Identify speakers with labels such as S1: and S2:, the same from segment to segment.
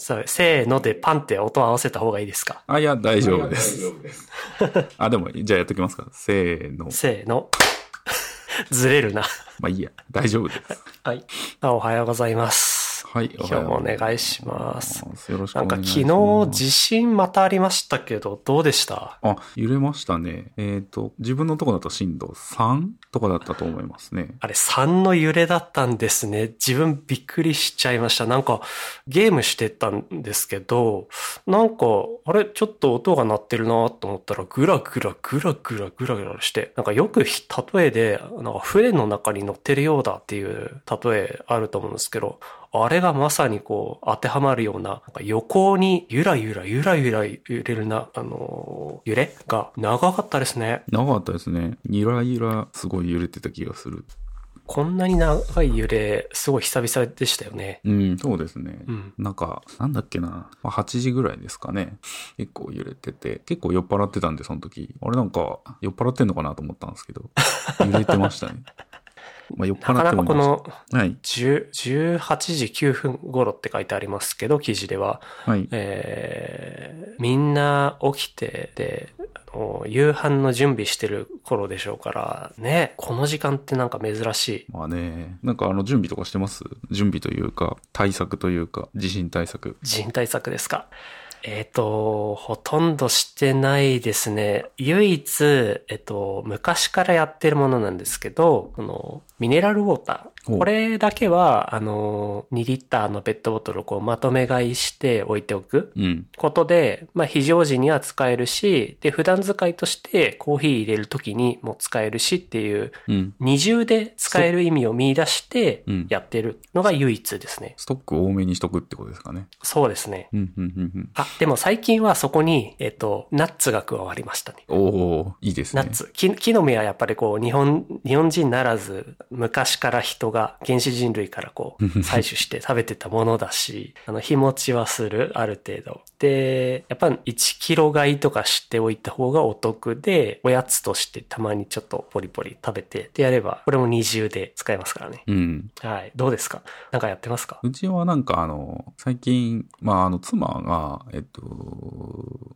S1: そう、せーのでパンって音を合わせた方がいいですか
S2: あ、いや、大丈夫で
S3: 大丈
S2: す。
S3: 夫です。
S2: あ、でも、じゃあやっときますか。せーの。
S1: せーの。 ずれるな。
S2: まあいいや、大丈夫です。
S1: はい。あおはようございます。
S2: はい、
S1: 今
S2: お
S1: 日
S2: はよう
S1: もお
S2: ござ
S1: 願い
S2: ます
S1: します。。
S2: よろしく
S1: な
S2: お
S1: んか
S2: 願い
S1: 昨
S2: します。
S1: 日地震またありましたけど、どうでした
S2: あ、揺れましたね。えっ、と、自分のとこだと震度3とかだったと思いますね。
S1: あれ3の揺れだったんですね。自分びっくりしちゃいました。なんかゲームしてたんですけど、なんかあれちょっと音が鳴ってるなと思ったらグラグラグラグラグラグラして、なんかよくひ例えで、なんか船の中に乗ってるようだっていう例えあると思うんですけど、あれがまさにこう当てはまるような、なんか横にゆらゆらゆらゆら揺れるな、あのー揺れが長かったですね。
S2: 長かったですね。ゆらゆら、すごい揺れてた気がする。
S1: こんなに長い揺れ、すごい久々でしたよね。
S2: うん、そうですね。
S1: うん。
S2: なんか、なんだっけな、まあ、8時ぐらいですかね。結構揺れてて、結構酔っ払ってたんで、その時。あれなんか、酔っ払ってんのかなと思ったんですけ ど、揺れてましたね。まあ、酔っ
S1: なか
S2: 払っ
S1: な
S2: て
S1: か
S2: もい
S1: こ
S2: ました。
S1: の
S2: はい、
S1: 10 18時9分頃って書いてありますけど、記事では、
S2: はい。
S1: えーみんな起きて、で、あの夕飯の準備してる頃でしょうから、ね、この時間ってなんか珍しい。
S2: まあね、なんかあの、準備とかしてます準備というか、対策というか、地震対策。
S1: 人対策ですか。えっ、と、ほとんどしてないですね。唯一、えっ、と、昔からやってるものなんですけど、この、ミネラルウォータ
S2: ほ
S1: ー。
S2: う
S1: これだけは、あの、2リッターのペットボトルをこうまとめ買いして置いておく
S2: うん。
S1: ことで、まあ、非常時には使えるし、で、普段使いとしてコーヒー入れる時にも使えるしっていう、
S2: うん。
S1: 二重で使える意味を見出して
S2: うん
S1: やってるのが唯一ですね。
S2: ストック多めにしとくってことですかね。
S1: そうですね。
S2: うん、うん、うん、うん。
S1: あ、でも最近はそこに、えっ、と、ナッツが加わりましたね。
S2: おー、いいですね。
S1: ナッツ。木木の実はやっぱりこう、日本、日本人ならず、昔から人が、原始人類からこう、採取して食べてたものだし、あの、日持ちはする、ある程度。で、やっぱ1キロ買いとかしておいた方がお得で、おやつとしてたまにちょっとポリポリ食べて、ってやれば、これも二重で使えますからね。
S2: うん。
S1: はい。どうですかなんかやってますか
S2: うちはなんかあの、最近、まああの、妻が、えっと、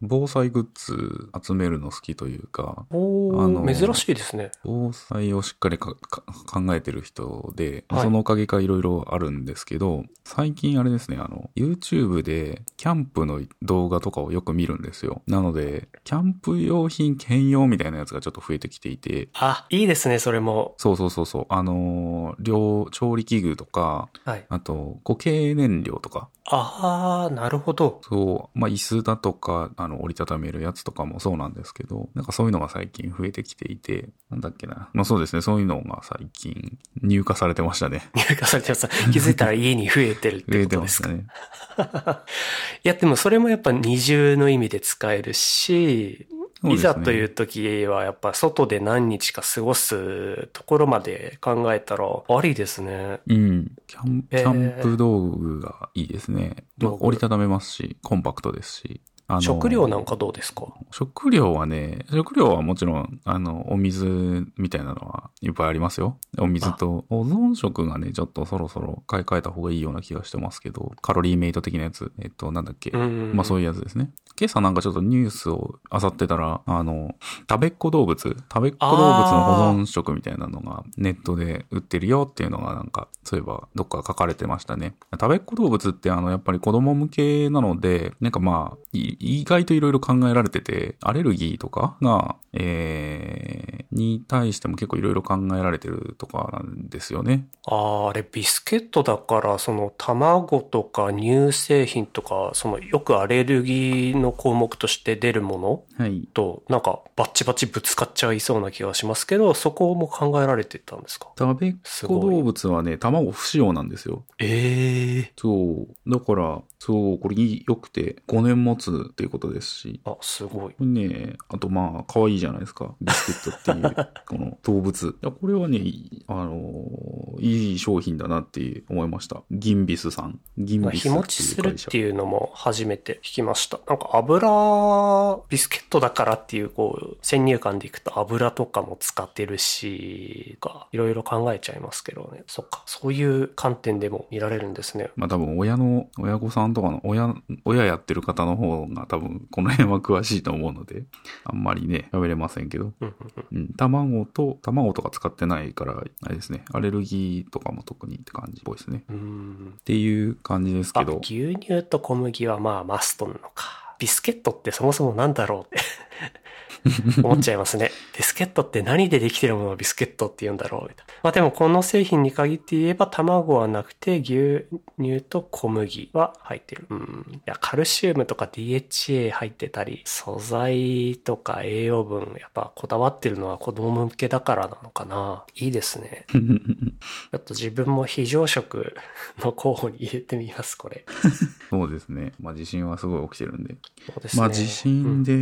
S2: 防災グッズ集めるの好きというか、
S1: お
S2: ーあの
S1: 珍しいですね。
S2: 防災をしっかりかか考えてる人で、
S1: はい
S2: そのおかげかいろいろあるんですけど、最近あれですね、あの、YouTube でキャンプの動画とかをよく見るんですよ。なので、キャンプ用品兼用みたいなやつがちょっと増えてきていて、
S1: あ、いいですね、それも。
S2: そうそうそうそう、あの、料、調理器具とか、
S1: はい。
S2: あと、固形燃料とか、
S1: ああ、なるほど。
S2: そう、まあ、椅子だとか、あの、折りたためるやつとかもそうなんですけど、なんかそういうのが最近増えてきていて、なんだっけな。まあ、そうですね、そういうのが最近入荷されてまし たね。
S1: 入荷されて ます。気づいたら家に増えてるっ
S2: 増
S1: て
S2: え
S1: こと
S2: てま
S1: です
S2: す
S1: か。
S2: ね。
S1: いや、でもそれもやっぱ二重の意味で使えるし、
S2: そうですね
S1: いざという時はやっぱ外で何日か過ごすところまで考えたらありですね。
S2: うん。キャン、キ
S1: えー
S2: ャンプ道具がいいですね。
S1: 道具
S2: 折りたためますし、コンパクトですし。あの
S1: 食料なんかどうですか
S2: 食料はね、食料はもちろん、あの、お水みたいなのはいっぱいありますよ。お水と、保存食がね、ちょっとそろそろ買い替えた方がいいような気がしてますけど、カロリーメイト的なやつ、えっと、なんだっけ。
S1: うん。
S2: まあそう
S1: いう。
S2: いうやつですね。今朝なんかちょっとニュースを漁ってたら、あの、食べっ子動物、食べっ子動物の保存食みたいなのがネットで売ってるよっていうのがなんか、そういえばどっか書かれてましたね。食べっ子動物ってあの、やっぱり子供向けなので、なんかまあ、い意外といろいろ考えられてて、アレルギーとかが、えー、に対しても結構いろいろ考えられてるとかなんですよね。
S1: ああ、あれビスケットだから、その卵とか乳製品とか、そのよくアレルギーの項目として出るもの
S2: はい。
S1: と、なんかバッチバチぶつかっちゃいそうな気がしますけど、そこも考えられてたんですか
S2: 食べっ子動物はね、卵不使用なんですよ。
S1: ええ
S2: そう。だから、そう、これいい良くて、5年持つっていうことですし、
S1: あ、すごい。
S2: これね、あとまあ、可愛いじゃないですか。ビスケットっ ていう、この動物。いや、これはね、あのーいい商品だなって思いました。ギンビスさん。ギンビス
S1: 日
S2: っていう
S1: 持
S2: 会
S1: ち
S2: 社。
S1: するっていうのも初めて聞きました。なんか油、ビスケットだからっていう、こう、先入観でいくと油とかも使ってるし、か、いろいろ考えちゃいますけどね。そっか、そういう観点でも見られるんですね。
S2: まあ多分親の、親御さんとかの、親、親やってる方の方が多分この辺は詳しいと思うので、あんまりね、喋れませんけど。
S1: うんうんうん。
S2: うん、卵と、卵とか使ってないから、あれですね、アレルギーとかも特にって感じっぽいですね。
S1: うーん
S2: っていう感じです
S1: あ
S2: けど。
S1: 牛乳と小麦はまあマストなのか。ビスケットってそもそもなんだろうって 思っちゃいますね。ビスケットって何でできてるものをビスケットって言うんだろうみたいな。まあでもこの製品に限って言えば卵はなくて牛乳と小麦は入ってる。うん。いや、カルシウムとか DHA 入ってたり、素材とか栄養分、やっぱこだわってるのは子供向けだからなのかな。いいですね。ちょっと自分も非常食の候補に入れてみます、これ。
S2: そうですね。まあ地震はすごい起きてるんで。
S1: そうですね。
S2: まあ地震で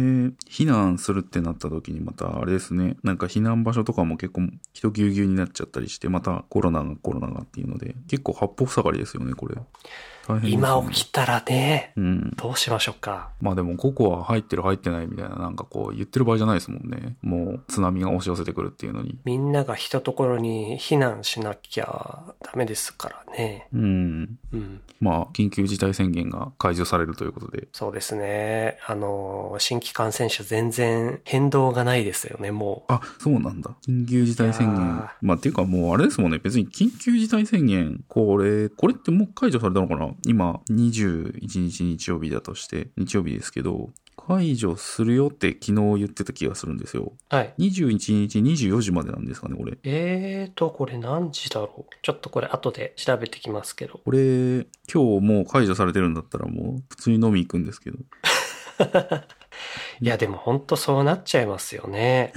S2: 避難するってなった時にまたあれですね、なんか避難場所とかも結構人ぎゅうぎゅうになっちゃったりして、またコロナがコロナがっていうので、結構八方塞がりですよね、これ。大変
S1: う
S2: で
S1: ん
S2: す、ね。
S1: 今起きたらね、
S2: うん。
S1: どうしましょうか。
S2: まあでもココア入ってる入ってないみたいななんかこう言ってる場合じゃないですもんね。もう津波が押し寄せてくるっていうのに。
S1: みんなが一ところに避難しなきゃダメですからね。
S2: うん。
S1: うん。
S2: まあ緊急事態宣言が解除されるということで。
S1: そうですね。あの、新規感染者全然変動がないですよね、もう。
S2: あ、そうなんだ。緊急事態宣
S1: い
S2: 言
S1: や。
S2: まあ、っていうかもうあれですもんね。別に緊急事態宣言、これ、これってもう解除されたのかな今、21日日曜日だとして、日曜日ですけど、解除するよって昨日言ってた気がするんですよ。
S1: はい。
S2: 21日24時までなんですかね、これ。
S1: えーと、これ何時だろう。ちょっとこれ後で調べてきますけど。
S2: これ、今日もう解除されてるんだったらもう普通に飲み行くんですけど。
S1: いや、でも本当そうなっちゃいますよね。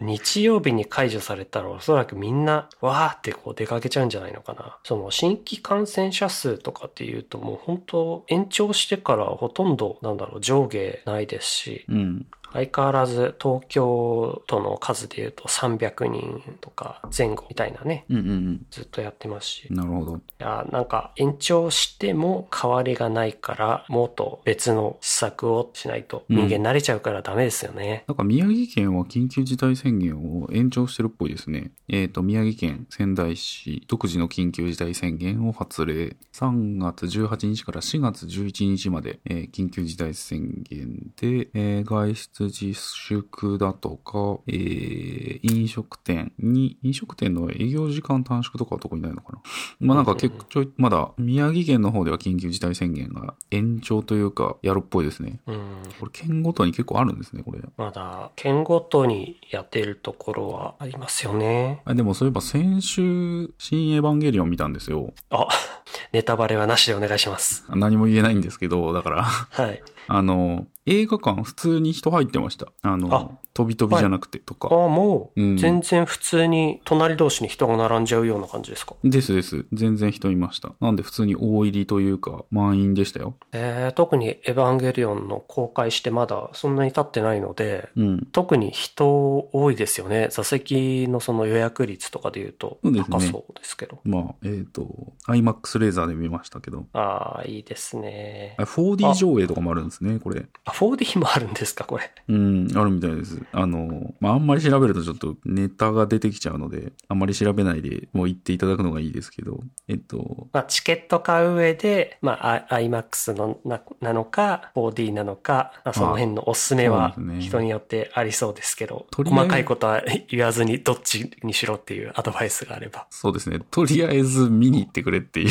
S1: 日曜日に解除されたらおそらくみんな、わーってこう出かけちゃうんじゃないのかな。その新規感染者数とかっていうともう本当延長してからほとんど、なんだろう、上下ないですし、
S2: うん。
S1: 相変わらず東京都の数でいうと300人とか前後みたいなね、
S2: うんうん
S1: ずっとやってますし
S2: うん。。なるほど。
S1: いやなんか延長しても変わりがないからもっと別の施策をしないと人間慣れちゃうからダメですよね。
S2: なんか宮城県は緊急事態宣言を延長してるっぽいですね。えっ、と、宮城県仙台市独自の緊急事態宣言を発令。3月18日から4月11日まで、えー緊急事態宣言で、えー外出自粛だとか、えー飲食店に、飲食店の営業時間短縮とかは特にないのかな。まあなんか結構ちょい、まだ宮城県の方では緊急事態宣言が延長というか、やるっぽいですね。
S1: うん、
S2: これ県ごとに結構あるんですね、これ。
S1: まだ県ごとにやってるところはありますよね。
S2: あでもそういえば先週、新エヴァンゲリオン見たんですよ。
S1: あ ネタバレはなしでお願いします。
S2: 何も言えないんですけど、だから、
S1: はい。
S2: あの、映画館普通に人入ってました。あの
S1: あ、
S2: 飛び飛びじゃなくてと
S1: あ
S2: か。
S1: も
S2: うん
S1: う全然普通に隣同士に人が並んじゃうような感じですか。
S2: ですです。全然人いました。なんで普通に大入りというか、満員でしたよ。
S1: えー特にエヴァンゲリオンの公開してまだそんなに経ってないので、
S2: うん。
S1: 特に人多いですよね。座席のその予約率とかで言うと
S2: そうですね
S1: 高そうですけど。
S2: まあ、えっ、と、IMAX レーザーで見ましたけど。
S1: ああ、いいですね
S2: あ。4D 上映とかもあるんですね、これ。
S1: あ、4D もあるんですか、これ。
S2: うん、あるみたいです。あの、まあ、あんまり調べるとちょっとネタが出てきちゃうので、あんまり調べないでもう言っていただくのがいいですけど、えっと、
S1: まあ、チケット買う上で、まあ、アイマックスのななのか、4D なのか、まあその辺のおすすめは
S2: そうですね
S1: 人によってありそうですけど、
S2: とりあえず
S1: 細かいことは言わずにどっちにしろっていうアドバイスがあれば。
S2: そうですね。とりあえず見に行ってくれっていう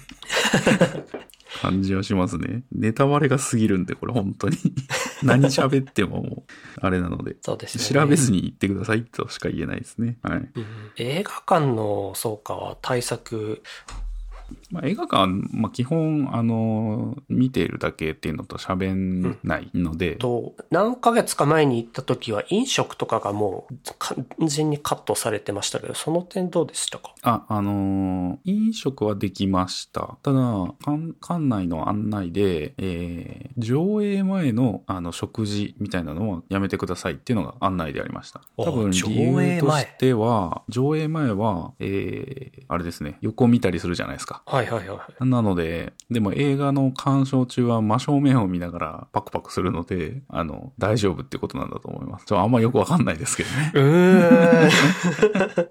S2: 感じはしますね。ネタバレが過ぎるんで、これ本 当に。何喋ってももう、あれなので。
S1: そうですよ
S2: 調
S1: ね。
S2: べずに行ってくださいとしか言えないですね。はい。
S1: うん映画館のそうかは対策
S2: まあ、映画館は、まあ、基本、あの、見ているだけっていうのと喋んないので、
S1: と、何ヶ月か前に行った時は飲食とかがもう完全にカットされてましたけど、その点どうでしたか
S2: あ、あのー飲食はできました。ただ、館館内の案内で、えー上映前のあの食事みたいなのはやめてくださいっていうのが案内でありました。
S1: お
S2: 多分、
S1: 上映
S2: 理
S1: 前
S2: 由としては、上映前は、えーあれですね、横見たりするじゃないですか。
S1: はいはいはいはい。
S2: なので、でも映画の鑑賞中は真正面を見ながらパクパクするので、あの、大丈夫ってことなんだと思います。ちょあんまよくわかんないですけどね。
S1: うー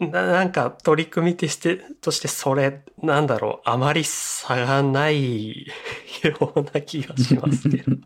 S1: ん。 ななんか取り組みとして、としてそれ、なんだろう、あまり差がないような気がしますけ ど。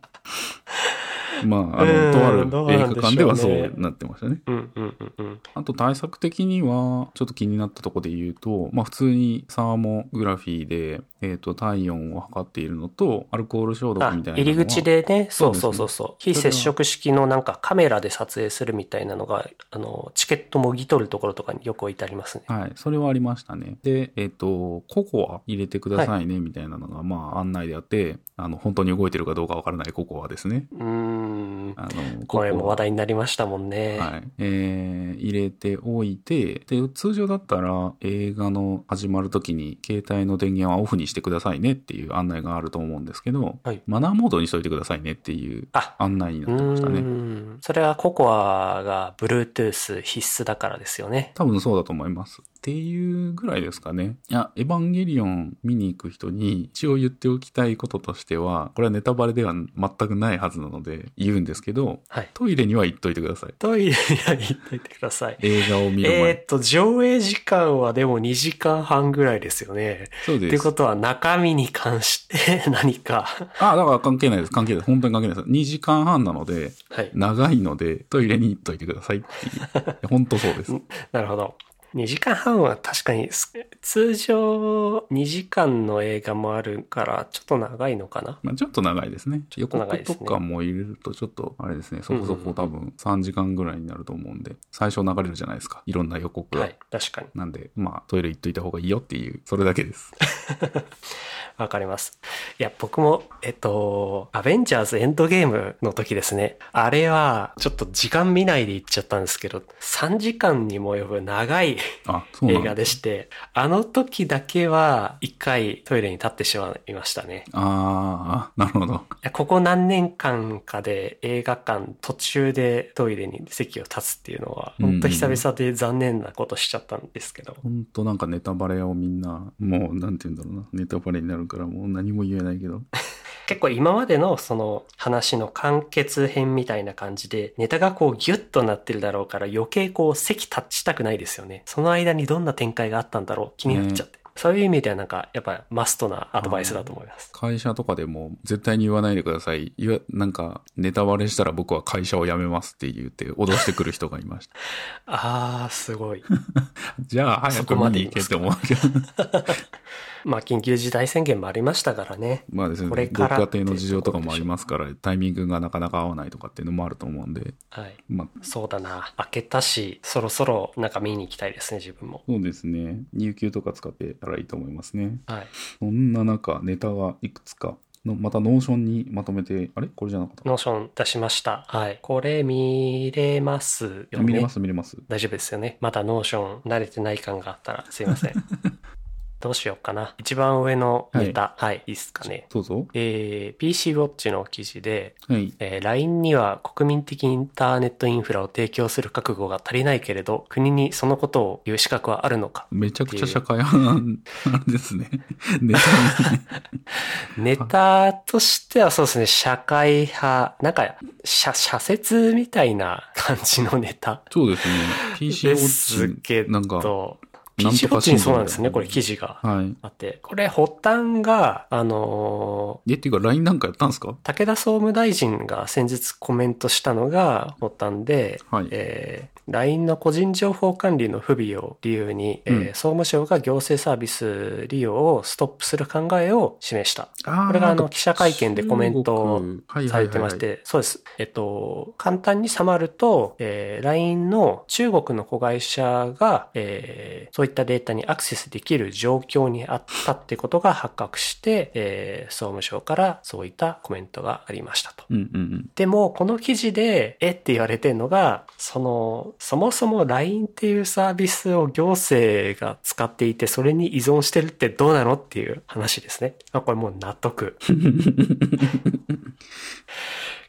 S2: まあ、あ
S1: うん
S2: の、とある
S1: どうなんで
S2: 映
S1: しょうね
S2: 画館ではそうなってましたね。
S1: うんうんうんうん。
S2: あと対策的には、ちょっと気になったところで言うと、まあ普通にサーモグラフィーで、えっ、と、体温を測っているのと、アルコール消毒
S1: あ、
S2: みたいなのは。
S1: 入り口でね、そうそ
S2: そう
S1: う
S2: ですね
S1: そうそう、非接触式のなんかカメラで撮影するみたいなのが、あの、チケットもぎ取るところとかによく置いてありますね。
S2: はい、それはありましたね。で、えっ、と、ココア入れてくださいね、みたいなのが、まあ、案内であって、あの、本当に動いてるかどうかわからないココアですね。
S1: うーん。
S2: あの、
S1: これも話題に
S2: に。
S1: なりましたもんね。
S2: はい。えー、入れておいて、で、通常だったら映画の始まる時に携帯の電源はオフにしてくださいねっていう案内があると思うんですけど、
S1: はい
S2: マナーモードにしといてくださいねっていう
S1: あ、
S2: 案内に
S1: う
S2: なってました
S1: ー
S2: ね。
S1: ん。それはココアが Bluetooth 必須だからですよね。
S2: 多分そうだと思います。っていうぐらいですかね。いや、エヴァンゲリオン見に行く人に一応言っておきたいこととしては、これはネタバレでは全くないはずなので言うんですけど、
S1: はい。
S2: トイレには行っといてください。
S1: トイレには行っといてください。
S2: 映画を見る前。
S1: えーっと、上映時間はでも2時間半ぐらいですよね。
S2: そうです。
S1: ってことは中身に関して 何か。
S2: あ、だから関係ないです。関係ないです。本当に関係ないです。2時間半なので、
S1: はい。
S2: 長いので、トイレに行っといてくださいっていういや。本当そうです。
S1: なるほど。2時間半は確かにす、通常2時間の映画もあるから、ちょっと長いのかな
S2: まあ、ちょっと長いですね。
S1: ょっと
S2: 横
S1: 長いです
S2: と
S1: ね
S2: かも入れると、ちょっと、あれですね、そこそこ多分3時間ぐらいになると思うんで、最初流れるじゃないですか。いろんな予告が。
S1: はい。確かに。
S2: なんで、まあ、トイレ行っといた方がいいよっていう、それだけです。
S1: わかります。いや、僕も、えっと、アベンジャーズエンドゲームの時ですね。あれは、ちょっと時間見ないで行っちゃったんですけど、3時間にも及ぶ長い
S2: あ、そうな
S1: 映
S2: ん
S1: 画
S2: だ。
S1: でして、あの時だけは、一回トイレに立ってしまいましたね。
S2: あー、なるほど。
S1: いやここ何年間かで映画館途中でトイレに席を立つっていうのは、本当久々で残念なことしちゃったんですけど。
S2: ほんとなんかネタバレをみんな、もう、なんて言うんだろうな。ネタバレになるから、もう何も言えないけど。
S1: 結構今までのその話の完結編みたいな感じで、ネタがこうギュッとなってるだろうから余計こう席立ちたくないですよね。その間にどんな展開があったんだろう気になっちゃって。そういう意味ではなんかやっぱマストなアドバイスだと思います。
S2: 会社とかでも絶対に言わないでください。いわなんか、ネタバレしたら僕は会社を辞めますって言って脅してくる人がいました。
S1: あー、すごい。
S2: じゃあ、早く見に行けって思うけど。
S1: まあ緊急事態宣言もありましたからね。
S2: まあですね、
S1: こ
S2: ご
S1: れ
S2: 家
S1: から
S2: 庭の事情とかもありますから、タイミングがなかなか合わないとかっていうのもあると思うんで、
S1: はい。
S2: まあ、
S1: そうだな。開けたし、そろそろなんか見に行きたいですね、自分も。
S2: そうですね、有給とか使ってたらいいと思いますね。
S1: はい。
S2: そんな中、ネタがいくつかの、またノーションにまとめて、あれこれじゃなかった
S1: ノーション出しました。はい。これ見れますよね。
S2: 見れます見れます。
S1: 大丈夫ですよね。まだノーション慣れてない感があったらすいま せん。どうしようかな。一番上のネタ。はい、い、いっすかね。
S2: どうぞ。
S1: えー、PC ウォッチの記事で、
S2: はい。
S1: えー LINE には国民的インターネットインフラを提供する覚悟が足りないけれど、国にそのことを言う資格はあるの か
S2: めちゃくちゃ社会派なん ですね。ネタに
S1: ネタとしてはそうですね、社会派、なんか、社、社説みたいな感じのネタ
S2: そうですね。PC ウォ
S1: です
S2: ッ
S1: け
S2: チ、なんか、
S1: ど、
S2: なん
S1: PC ウォッチにそうなんですね、
S2: と
S1: こ
S2: か
S1: れ
S2: 新聞
S1: 記事が
S2: はい。
S1: あって。これ発端が、あのー
S2: え、っていうか LINE なんかやったんですか
S1: 武田総務大臣が先日コメントしたのが発端で、
S2: はい
S1: えー LINE の個人情報管理の不備を理由に、えー
S2: うん
S1: 総務省が行政サービス利用をストップする考えを示した。
S2: こ
S1: これがあの記者会見でコメントをされてまし。
S2: はいはいはい
S1: て、そうです。えっと、簡単にさまると、えー LINE の中国の子会社が、えーそういそういったデータにアクセスできる状況にあったってことが発覚して、えー総務省からそういったコメントがありましたと。
S2: うんうん
S1: でも、この記事で、えって言われてるのが、その、そもそも LINE っていうサービスを行政が使っていて、それに依存してるってどうなのっていう話ですね。まあ、これもう納得。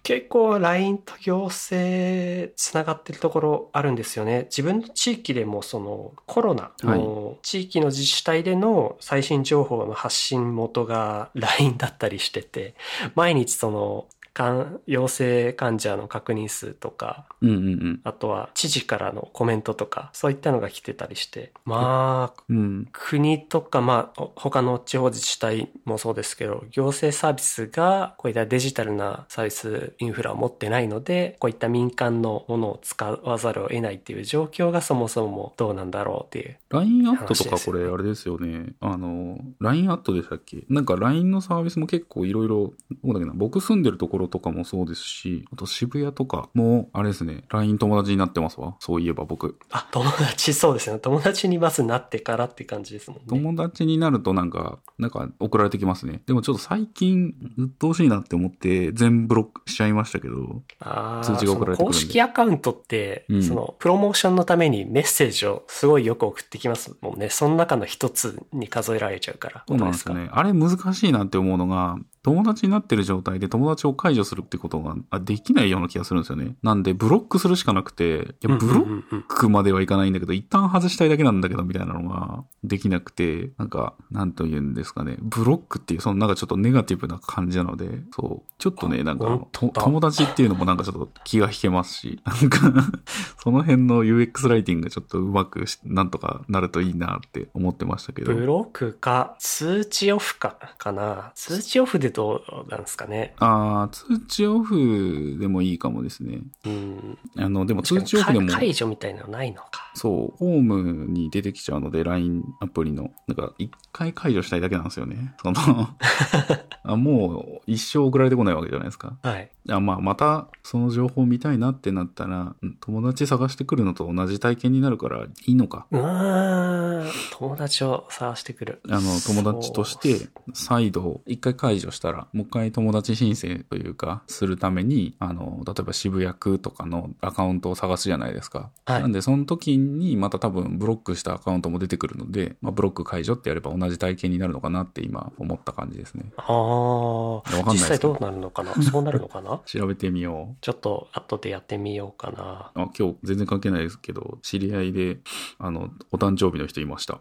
S1: 結構 LINE と行政つながってるところあるんですよね。自分の地域でもそのコロナの地域の自治体での最新情報の発信元が LINE だったりしてて、毎日そのかん陽性患者の確認数とか、
S2: うん。うんうん
S1: あとは知事からのコメントとか、そういったのが来てたりして、まあ、
S2: うん。うん。
S1: 国とか、まあ、お他の地方自治体もそうですけど、行政サービスが、こういったデジタルなサービスインフラを持ってないので、こういった民間のものを使わざるを得ないっていう状況がそもそもどうなんだろうっていう。
S2: LINE アットと
S1: 話
S2: か
S1: です
S2: こ
S1: よ
S2: れあれですよね。あの、LINE アットでしたっけなんか LINE のサービスも結構いろいろ、どうだっけな、僕住んでるところとかもそうですし、あと渋谷とかも、あれですね、LINE 友達になってますわ。そういえば僕。
S1: あ、友達、そうですね。友達にまずなってからって感じですもんね。
S2: 友達になるとなんか、なんか送られてきますね。でもちょっと最近、鬱陶しいなって思って、全ブロックしちゃいましたけど、
S1: ああ、
S2: 通知が送られてくるん
S1: その公
S2: で
S1: 式アカウントって、
S2: うん
S1: その、プロモーションのためにメッセージをすごいよく送ってきますもんね。その中の一つに数えられちゃうから。
S2: そうなんですよね。あれ難しいなって思うのが、友達になってる状態で友達を解除するってことがあできないような気がするんですよね。なんで、ブロックするしかなくて、いや、
S1: うん
S2: ブロ
S1: うんう
S2: ッ
S1: んうん
S2: クまではいかないんだけど、一旦外したいだけなんだけど、みたいなのができなくて、なんか、なんと言うんですかね。ブロックっていう、そのなんかちょっとネガティブな感じなので、そう。ちょっとね、なんか
S1: 本、当
S2: と
S1: だ
S2: 友達っていうのもなんかちょっと気が引けますし、なんか、 その辺の UX ライティングがちょっとうまくし、なんとかなるといいなって思ってましたけど。
S1: ブロックか、通知オフか、かな。通知オフでどうなんですかね。
S2: ああ、通知オフでもいいかもですね。
S1: うん。
S2: あの、でも通知オフで
S1: 確、
S2: も
S1: かに解除みたいなのないのか。
S2: そう、ホームに出てきちゃうので、LINE アプリの、なんか、一回解除したいだけなんですよね。その、あもう、一生送られてこないわけじゃないですか。
S1: はい。
S2: あまあ、また、その情報見たいなってなったら、うん友達探してくるのと同じ体験になるから、いいのか。
S1: うーん。友達を探してくる。
S2: あの、友達とし
S1: そ
S2: て
S1: う、
S2: 再度、一回解除したら、もう一回友達申請というか、するために、あの、例えば渋谷区とかのアカウントを探すじゃないですか。
S1: はい
S2: なんで、その時に、また多分、ブロックしたアカウントも出てくるので、まあ、ブロック解除ってやれば同じ体験になるのかなって今、思った感じですね。
S1: ああ
S2: いやわかん
S1: 実
S2: ないです
S1: 際
S2: けど
S1: どうなるのかなそうなるのかな
S2: 調べてみよう。
S1: ちょっと後でやってみようかな。
S2: あ今日全然関係ないですけど、知り合いで、あの、お誕生日の人いました。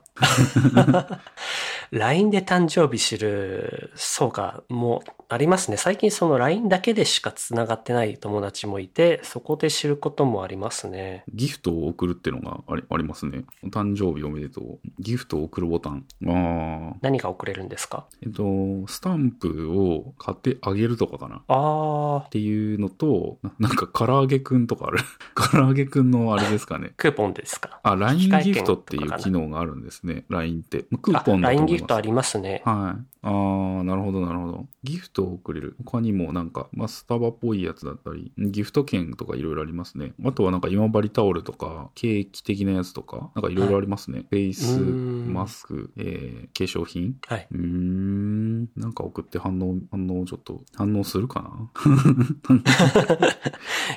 S1: LINE で誕生日知る、そうか、もうありますね。最近その LINE だけでしか繋がってない友達もいて、そこで知ることもありますね。
S2: ギフトを送るってのがありありますね。お誕生日おめでとう。ギフトを送るボタン。ああ。
S1: 何が送れるんですか
S2: えっと、スタンプを買ってあげるとかかな。っ
S1: ああ、
S2: ていうのと、ななんか、唐揚げくんとかある。 唐揚げくんのあれですかね。
S1: クーポンですか
S2: あ、
S1: 機
S2: LINE
S1: 械
S2: ギ
S1: 券
S2: フトってい
S1: と
S2: う
S1: かかな
S2: 機能があるんですね。LINE って。まあク
S1: あ
S2: ー、ポンだと
S1: LINE
S2: 思
S1: ギ
S2: い
S1: フ
S2: ます。
S1: トあ
S2: はい。
S1: りますね。
S2: あー、なるほど、なるほど。ギフトを送れる。他にもなんか、まあ、スタバっぽいやつだったり、ギフト券とかいろいろありますね。あとはなんか今治タオルとか、ケーキ的なやつとか、なんかいろいろありますね。フェイス、
S1: うーん
S2: マスク、えー、化粧品
S1: はい。
S2: うーん。なんか送って反応、反応ちょっと、反応するかな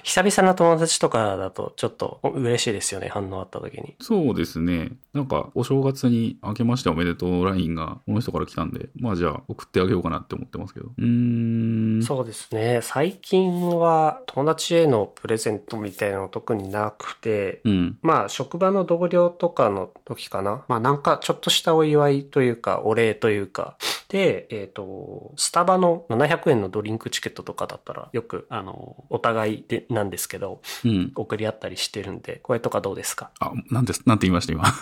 S1: 久々な友達とかだとちょっと嬉しいですよね、反応あった時に。
S2: そうですね。なんか、お正月に明けましておめでとうラインが、この人から来たんで、まあじゃあ送ってあげようかなって思ってますけど。うーん。
S1: そうですね。最近は友達へのプレゼントみたいなの特になくて、
S2: うん。
S1: まあ、職場の同僚とかの時かな。まあ、なんか、ちょっとしたお祝いというか、お礼というか。で、えっ、と、スタバの700円のドリンクチケットとかだったら、よく、あの、お互いで、なんですけど、
S2: うん。
S1: 送り合ったりしてるんで、これとかどうですか
S2: あ、なんです、なんて言いました、今。 あ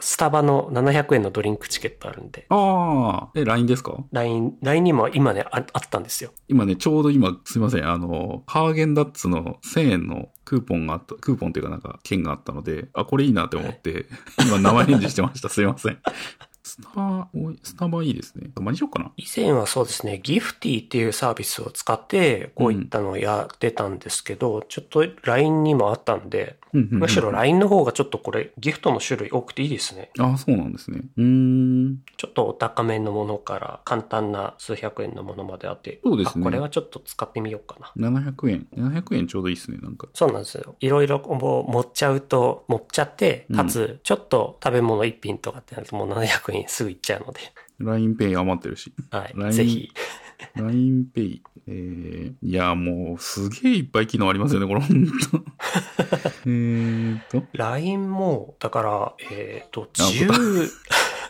S1: スタバの700円のドリンクチケットあるんで、
S2: あー。え、LINE ですか
S1: LINE、LINE にも今ね、ああったんですよ。
S2: 今ね、ちょうど今、すいません、あの、ハーゲンダッツの1000円のクーポンがあった、クーポンっていうかなんか、券があったので、あ、これいいなって思って、今生返事してました。すいません。スタ、おいスタバいいですね。たまにしようかな。
S1: 以前はそうですね、ギフティっていうサービスを使って、こういったのをやってたんですけど、ちょっと LINE にもあったんで、
S2: うんうん
S1: むしろ LINE の方がちょっとこれギフトの種類多くていいですね。
S2: あ、そうなんですね。うーん。
S1: ちょっとお高めのものから簡単な数百円のものまであって。
S2: そうですね
S1: あこれはちょっと使ってみようかな。
S2: 700円。700円ちょうどいいですね、なんか。
S1: そうなんですよ。いろいろもう持っちゃうと、持っちゃって、
S2: うん
S1: かつ、ちょっと食べ物一品とかってなるともう700円すぐいっちゃうので。
S2: LINEPay 余ってる し。
S1: は
S2: LINE
S1: い。ぜひ。
S2: LINEPay。えー、いや、もう、すげえいっぱい機能ありますよね、これ、ほ んと。えーと。
S1: LINE も、だから、えっ、 と、
S2: あ
S1: 10、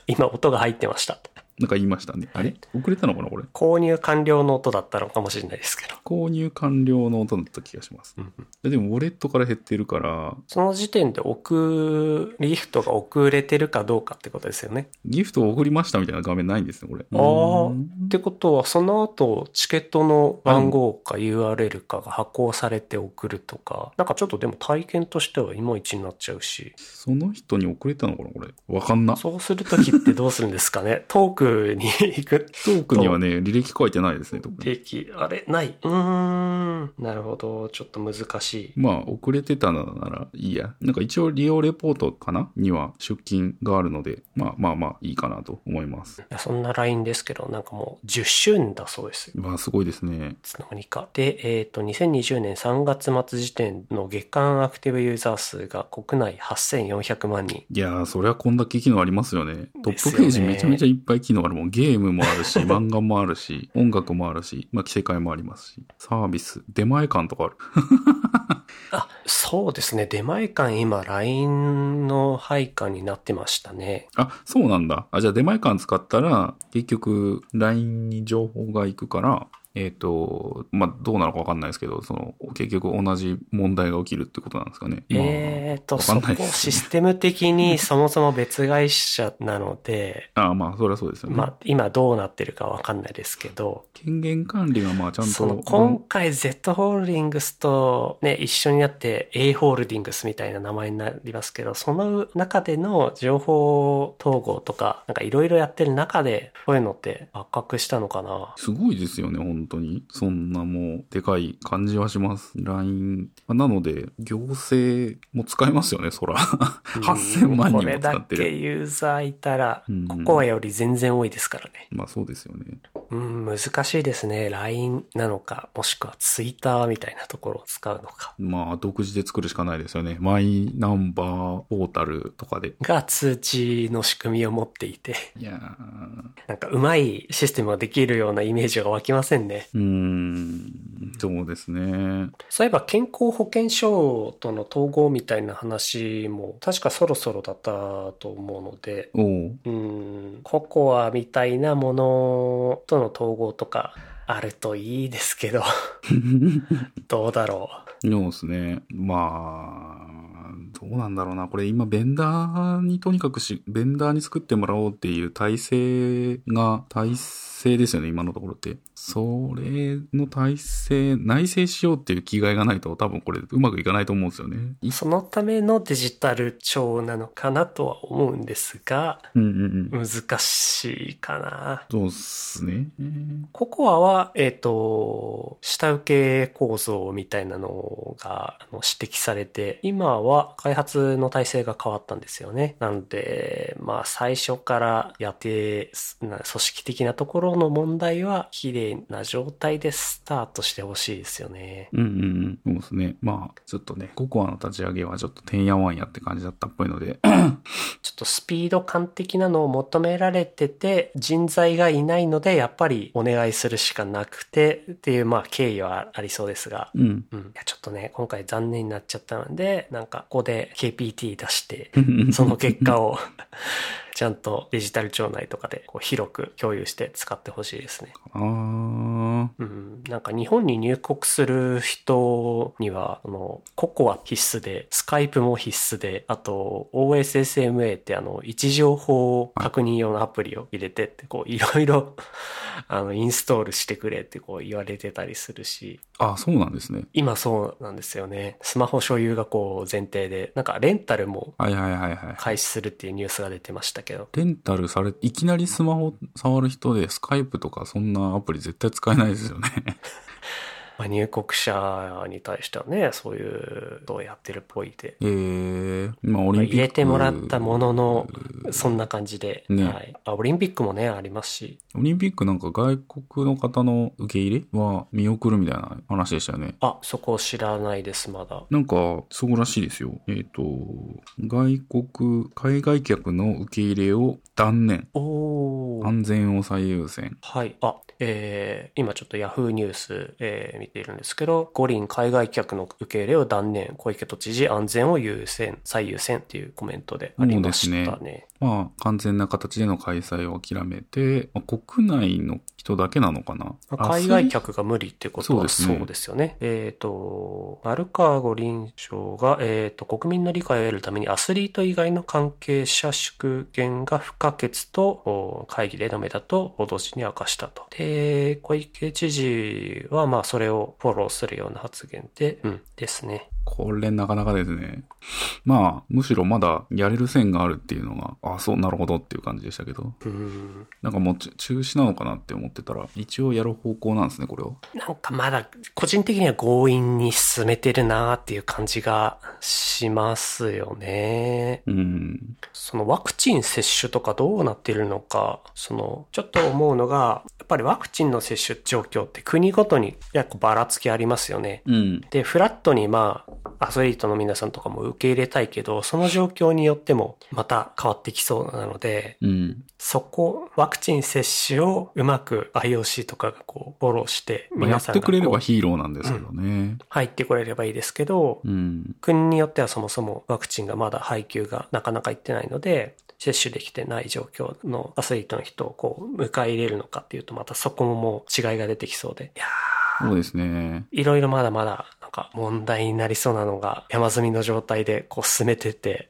S1: 今 音が入ってました。
S2: なんか言いましたね。あれ遅れたのかな、これ。
S1: 購入完了の音だったのかもしれないですけど。
S2: 購入完了の音だった気がします。
S1: うんうん
S2: でも、ウォレットから減ってるから、
S1: その時点で送り、ギフトが遅れてるかどうかってことですよね。
S2: ギフトを送りましたみたいな画面ないんですね、これ。
S1: あー
S2: うーん
S1: ってことは、その後、チケットの番号か URL かが発行されて送るとか、なんかちょっとでも体験としてはいまいちになっちゃうし、
S2: その人に遅れたのかな、これ。わかんな。ト
S1: そうするときってどうするんですかね トークに行く。
S2: ークにはね、履歴書いてないですね、特に。
S1: 定期、あれない。うーん。なるほど。ちょっと難しい。
S2: まあ、遅れてたならいいや。なんか一応利用レポートかなには出勤があるので、まあまあまあいいかなと思います。
S1: いやそんな LINE ですけど、なんかもう10周年だそうですよ。
S2: わあ、すごいですね。
S1: いつの間にか。で、えっ、と、2020年3月末時点の月間アクティブユーザー数が国内8400万人。
S2: いやー、そりゃこんだけ機能ありますよね。ト
S1: です
S2: ッ
S1: よね
S2: プページめちゃめちゃいっぱい機能あるもん。ゲームもあるし、 漫画もあるし、音楽もあるし、まあ、着せ替えもありますし、サービス、出前館とかある。
S1: あ、そうですね。出前館今 LINE の配下になってましたね。
S2: あ、そうなんだ。あ、じゃあ出前館使ったら、結局、LINE に情報が行くから、えっ、と、まあ、どうなのかわかんないですけど、その、結局同じ問題が起きるってことなんですかね。まあ
S1: えっ、と、
S2: わかん
S1: そ
S2: ないで
S1: こ
S2: す
S1: システム的にそもそも別会社なので、
S2: あまあ、それはそうですよね。
S1: まあ今どうなってるかわかんないですけど、
S2: 権限管理がまあ、ちゃん
S1: その
S2: と、
S1: 今回 Z ホールディングスとね、一緒になって A ホールディングスみたいな名前になりますけど、その中での情報統合とか、なんかいろいろやってる中で、こういうのって発覚したのかな。
S2: すごいですよね、本当に。そんなもう、でかい感じはします。LINE。まあなので、行政も使えますよね、そら。8000万人
S1: これ
S2: も使
S1: だ
S2: って
S1: け
S2: る。
S1: ユーザーいたら
S2: うん、
S1: ココアより全然多いですからね。
S2: まあそうですよね。
S1: うん、難しいですね。LINE なのか、もしくは Twitter みたいなところを使うのか。
S2: まあ、独自で作るしかないですよね。マイナンバーポータルとかで。
S1: が通知の仕組みを持っていて、
S2: いや
S1: なんかうまいシステムができるようなイメージが湧きませんね。
S2: ー。うーん。そうですね。
S1: そういえば健康保険証との統合みたいな話も確かそろそろだったと思うので、
S2: おう
S1: うん、ココアみたいなものとの統合とかあるといいですけど、どうだろ。
S2: そうですね。まあ、どうなんだろうな。これ今、ベンダーにとにかくし、ベンダーに作ってもらおうっていう体制が、体制ですよね、今のところって。それの体制、内製しようっていう気概がないと、多分これうまくいかないと思うんですよね。いう
S1: そのためのデジタル庁なのかなとは思うんですが、
S2: うんうんうん。
S1: 難しいかな。
S2: そうっすね。
S1: ココアは、えっ、と、下請け構造みたいなのがあの指摘されて、今は開発の体制が変わったんですよね。なので、まあ、最初からやって、すな組織的なところの問題は、綺麗な状態でスタートしてほしいですよね。
S2: うんうんうん。そうですね。まあ、ちょっとね、ココアの立ち上げはちょっとてんやわんやって感じだったっぽいので、
S1: ちょっとスピード感的なのを求められてて、人材がいないので、やっぱりお願いするしかなくて、っていう、まあ、経緯はありそうですが、
S2: うん。
S1: うん、いやちょっとね、今回残念になっちゃったので、なんかここで KPT 出して、 その結果を ちゃんとデジタル庁内とかでこう広く共有して使ってほしいですね。
S2: あー。
S1: うん、なんか日本に入国する人には、あの、ココア必須で、スカイプも必須で、あと OSSMA ってあの、位置情報確認用のアプリを入れてって、こういろいろ、あの、インストールしてくれってこう言われてたりするし、
S2: あ、そうなんですね。
S1: 今そうなんですよね。スマホ所有がこう前提で、なんかレンタルも
S2: はいはいはいはい。
S1: 開始するっていうニュースが出てましたけど。
S2: レンタルされ、いきなりスマホ触る人で、スカイプとかそんなアプリ絶対使えないですよね。
S1: まあ、入国者に対してはね、そういうことをやってるっぽいで。
S2: えー、まあオリンピック。
S1: 入れてもらったものの、そんな感じで、
S2: ね
S1: はいあ。オリンピックもね、ありますし。
S2: オリンピックなんか外国の方の受け入れは見送るみたいな話でしたよね。
S1: あ、そこ知らないです、まだ。
S2: なんか、そうらしいですよ。えっ、と、外国、海外客の受け入れを断念。
S1: おー。
S2: 安全を最優先。
S1: はい。あ、えー、今ちょっとヤフーニュース、えー見ているんですけど、五輪海外客の受け入れを断念、小池都知事安全を優先、最優先っていうコメントでありまし
S2: そ
S1: た
S2: う
S1: ね。
S2: まあ、完全な形での開催を諦めて、まあ国内の人だけなのかな。
S1: まあ
S2: あ
S1: 海外客が無理ってことは
S2: そうですね
S1: そうですよね。えっ、と、丸川五輪賞が、えっ、と、国民の理解を得るためにアスリート以外の関係者祝言が不可欠と、お会議で述べたと、報道陣に明かしたと。で、小池知事は、まあ、それをフォローするような発言で、うん、ですね。
S2: これなかなかですね。まあ、むしろまだやれる線があるっていうのが、あ、そう、なるほどっていう感じでしたけど。
S1: うん。
S2: なんかもうち中止なのかなって思ってたら、一応やる方向なんですね、これを。
S1: なんかまだ、個人的には強引に進めてるなーっていう感じがしますよね。
S2: うん。
S1: そのワクチン接種とかどうなっているのか、その、ちょっと思うのが、やっぱりワクチンの接種状況って国ごとに結構ばらつきありますよね。
S2: うん。
S1: で、フラットにまあ、アスリートの皆さんとかも受け入れたいけど、その状況によってもまた変わってきそうなので、
S2: うん。
S1: そこ、ワクチン接種をうまく IOC とかがこう、フォローして、
S2: まあ、や
S1: 皆
S2: っ
S1: さん
S2: て
S1: が
S2: くれれ
S1: こ
S2: ば
S1: う
S2: ヒーローなんですけどね。
S1: 入ってこれればいいですけど、
S2: うん。
S1: 国によってはそもそもワクチンがまだ配給がなかなかいってないので、接種できてない状況のアスリートの人をこう迎え入れるのかっていうとまたそこももう違いが出てきそうで。いや
S2: そうですね。
S1: ーいろいろまだまだなんか問題になりそうなのが山積みの状態でこう進めてて、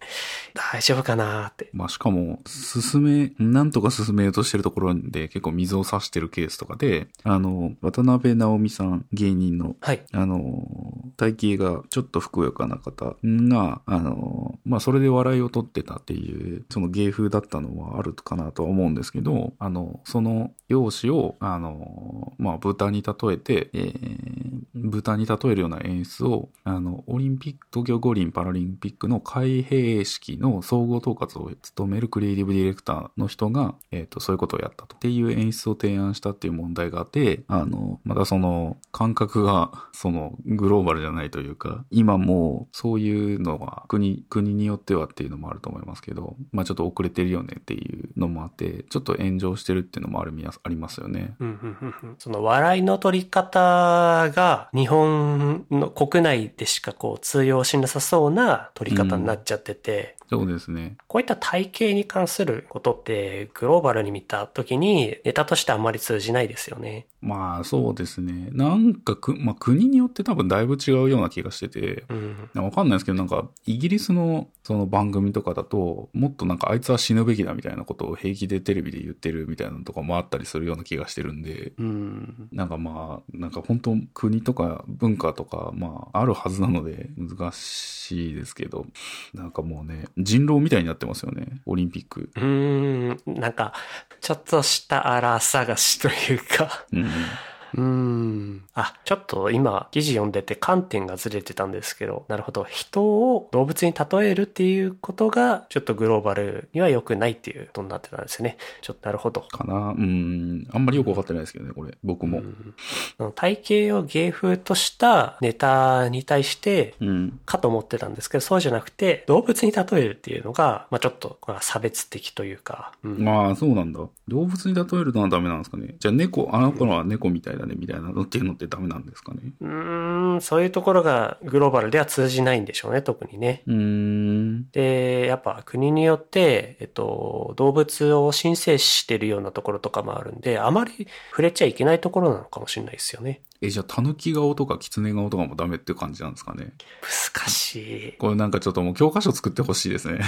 S1: 大丈夫かなーって。
S2: まあ、しかも、進め、なんとか進めようとしてるところで結構水を差してるケースとかで、あの、渡辺直美さん、芸人の、
S1: はい。
S2: あの、体型がちょっとふくよかな方が、あの、まあ、それで笑いを取ってたっていう、その芸風だったのはあるかなとは思うんですけど、あの、その容姿を、あの、まあ、豚に例えて、えー豚に例えるような演出を、あの、オリンピック、東京五輪パラリンピックの開閉式の総合統括を務めるクリエイティブディレクターの人が、えっ、と、そういうことをやったと。っていう演出を提案したっていう問題があって、あの、またその、感覚が、その、グローバルじゃないというか、今もう、そういうのは、国、国によってはっていうのもあると思いますけど、まあちょっと遅れてるよねっていうのもあって、ちょっと炎上してるっていうのもあるみや、ありますよね。
S1: うんうんうんうんその笑いの取り方が日本の国内でしかこう通用しなさそうな取り方になっちゃってて、
S2: そうですね。
S1: こういった体型に関することって、グローバルに見た時に、ネタとしてあんまり通じないですよね。
S2: まあそうですね。なんかく、まあ国によって多分だいぶ違うような気がしてて、
S1: うん。
S2: わかんないですけど、なんか、イギリスのその番組とかだと、もっとなんかあいつは死ぬべきだみたいなことを平気でテレビで言ってるみたいなのとかもあったりするような気がしてるんで、
S1: うん。
S2: なんかまあ、なんか本当国とか文化とか、まあ、あるはずなので難しいですけど、なんかもうね、人狼みたいになってますよね、オリンピック。
S1: うーん。なんか、ちょっとした荒探しというか。
S2: うん。
S1: うん。あ、ちょっと今、記事読んでて観点がずれてたんですけど、なるほど。人を動物に例えるっていうことが、ちょっとグローバルには良くないっていうことになってたんですよね。ちょっとなるほど。
S2: かなうん。あんまりよくわかってないですけどね、これ。僕も。
S1: その体型を芸風としたネタに対して、
S2: うん。
S1: かと思ってたんですけど、そうじゃなくて、動物に例えるっていうのが、まあちょっと、これは差別的というか、うん
S2: まあ、そうなんだ。動物に例えるのはダメなんですかね。じゃあ猫、あの子は猫みたいだね、みたいなのっていうのってダメなんですかね。
S1: うーん、そういうところがグローバルでは通じないんでしょうね、特にね。
S2: うーん。
S1: で、やっぱ国によって、えっと、動物を申請してるようなところとかもあるんで、あまり触れちゃいけないところなのかもしれないですよね。
S2: え、じゃあ、タヌキ顔とかキツネ顔とかもダメって感じなんですかね。
S1: 難しい。
S2: これなんかちょっともう教科書作ってほしいですね。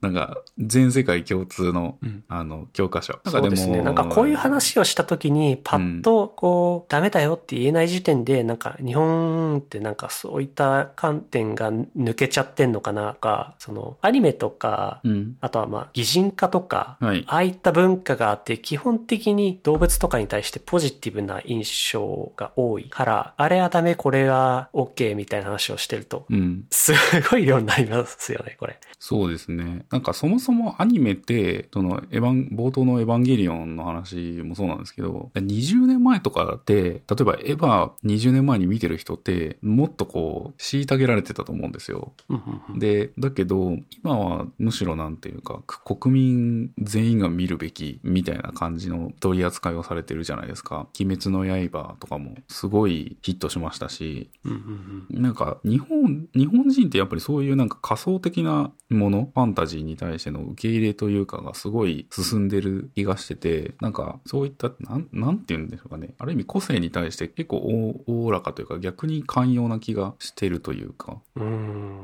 S2: なんか、全世界共通の、
S1: うん
S2: あの、教科書。
S1: そうですね。なんかこういう話をした時に、パッとこう、ダメだよって言えない時点で、なんか日本ってなんかそういった観点が抜けちゃってんのかなとか、そのアニメとか、
S2: うん。
S1: あとはまあ擬人化とか、
S2: はい。
S1: ああいった文化があって、基本的に動物とかに対してポジティブな印象が多いから、あれはダメ、これは OK みたいな話をしてると、
S2: うん。
S1: すごい量になりますよね、これ。
S2: そうですね。なんかそもそもアニメって、その、エヴァン、冒頭のエヴァンゲリオンの話もそうなんですけど、20年前とかで、例えばエヴァ20年前に見てる人って、もっとこう、虐げられてたと思うんですよ。
S1: うんうんうん
S2: で、だけど、今はむしろなんていうか、く国民全員が見るべきみたいな感じの取り扱いをされてるじゃないですか。鬼滅の刃とかもすごいヒットしましたし、
S1: うんうん
S2: なんか日本、日本人ってやっぱりそういうなんか仮想的なもの、ファンタジーに対しての受け入れというかがすごい進んでる気がしてて、なんかそういった、なん、なんて言うんでしょうかね。ある意味個性に対して結構おおおらかというか逆に寛容な気がしてるというか。
S1: うんう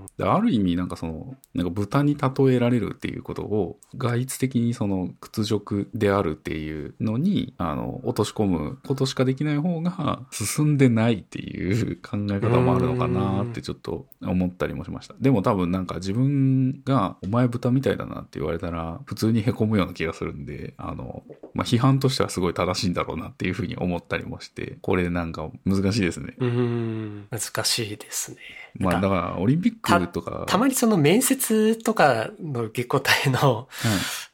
S1: ん
S2: である意味なんかそのなんか豚に例えられるっていうことを外逸的にその屈辱であるっていうのにあの落とし込むことしかできない方が進んでないっていう考え方もあるのかなってちょっと思ったりもしましたでも多分なんか自分が「お前豚みたいだな」って言われたら普通にへこむような気がするんであの、まあ、批判としてはすごい正しいんだろうなっていうふうに思ったりもしてこれなんか難しいですね。
S1: うん難しいですね。
S2: まあ、だからオリンピックとか
S1: たまにその面接とかの受け答えの
S2: はい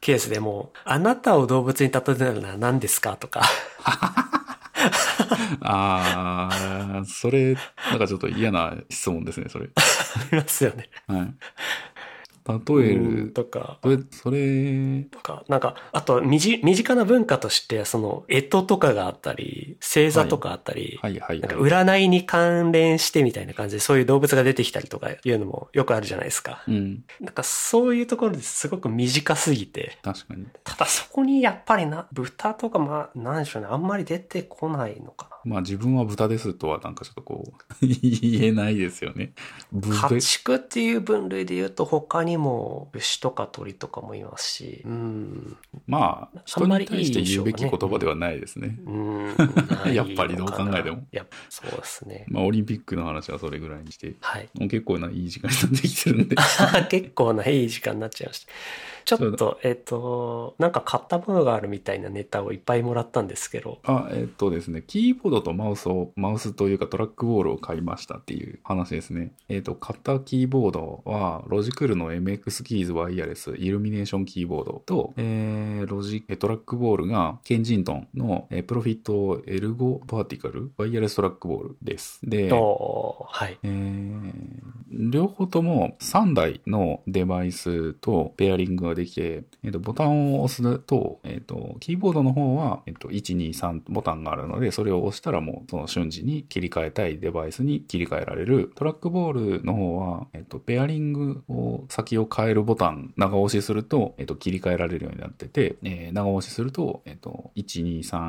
S1: ケースでも、あなたを動物に例えるなら何ですかと か、
S2: ああ、それ、なんかちょっと嫌な質問ですね、それ。
S1: ありますよね。
S2: はい。例え
S1: うん
S2: る、
S1: とか、
S2: それ、それ、
S1: とか、なんか、あと身じ、身近な文化として、その、干支とかがあったり、星座とかあったり、
S2: はいはい
S1: なんか
S2: はい。
S1: 占いに関連してみたいな感じで、そういう動物が出てきたりとかいうのもよくあるじゃないですか。
S2: うん、
S1: なんかそういうところですごく短すぎて、
S2: 確かに。
S1: ただそこにやっぱりな、豚とかまあ、なんでしょうね、あんまり出てこないのかな。
S2: まあ自分は豚ですとはなんかちょっとこう、 言えないですよね。豚
S1: 家畜っていう分類で言うと他にも牛とか鳥とかもいますし、うん、
S2: まあ、
S1: あ
S2: 人
S1: んまり
S2: に対して言うべき言葉ではないですね。
S1: うん、
S2: やっぱりどう考えても
S1: ないのかな。やっぱそうですね。
S2: まあオリンピックの話はそれぐらいにして、
S1: はい。
S2: もう結構ないい時間になってきてるんで。
S1: 結構ないい時間になっちゃいました。ちょっと、えっ、と、なんか買ったものがあるみたいなネタをいっぱいもらったんですけど、
S2: あ、えっとですね、キーボードとマウスを、マウスというかトラックボールを買いましたっていう話ですね。えっと、買ったキーボードは、ロジクールの MX キーズワイヤレス、イルミネーションキーボードと、えー、ロジ、えトラックボールが、ケンジントンの、えープロフィットエルゴバーティカルワイヤレストラックボールです。で、
S1: と、はい。
S2: えー両方とも3台のデバイスとペアリングができて、えーとボタンを押すと,、えーとキーボードの方は、えーと123ボタンがあるのでそれを押したらもうその瞬時に切り替えたいデバイスに切り替えられるトラックボールの方は、えーとペアリングを先を変えるボタン長押しすると,、えーと切り替えられるようになってて、えー長押しすると,、えーと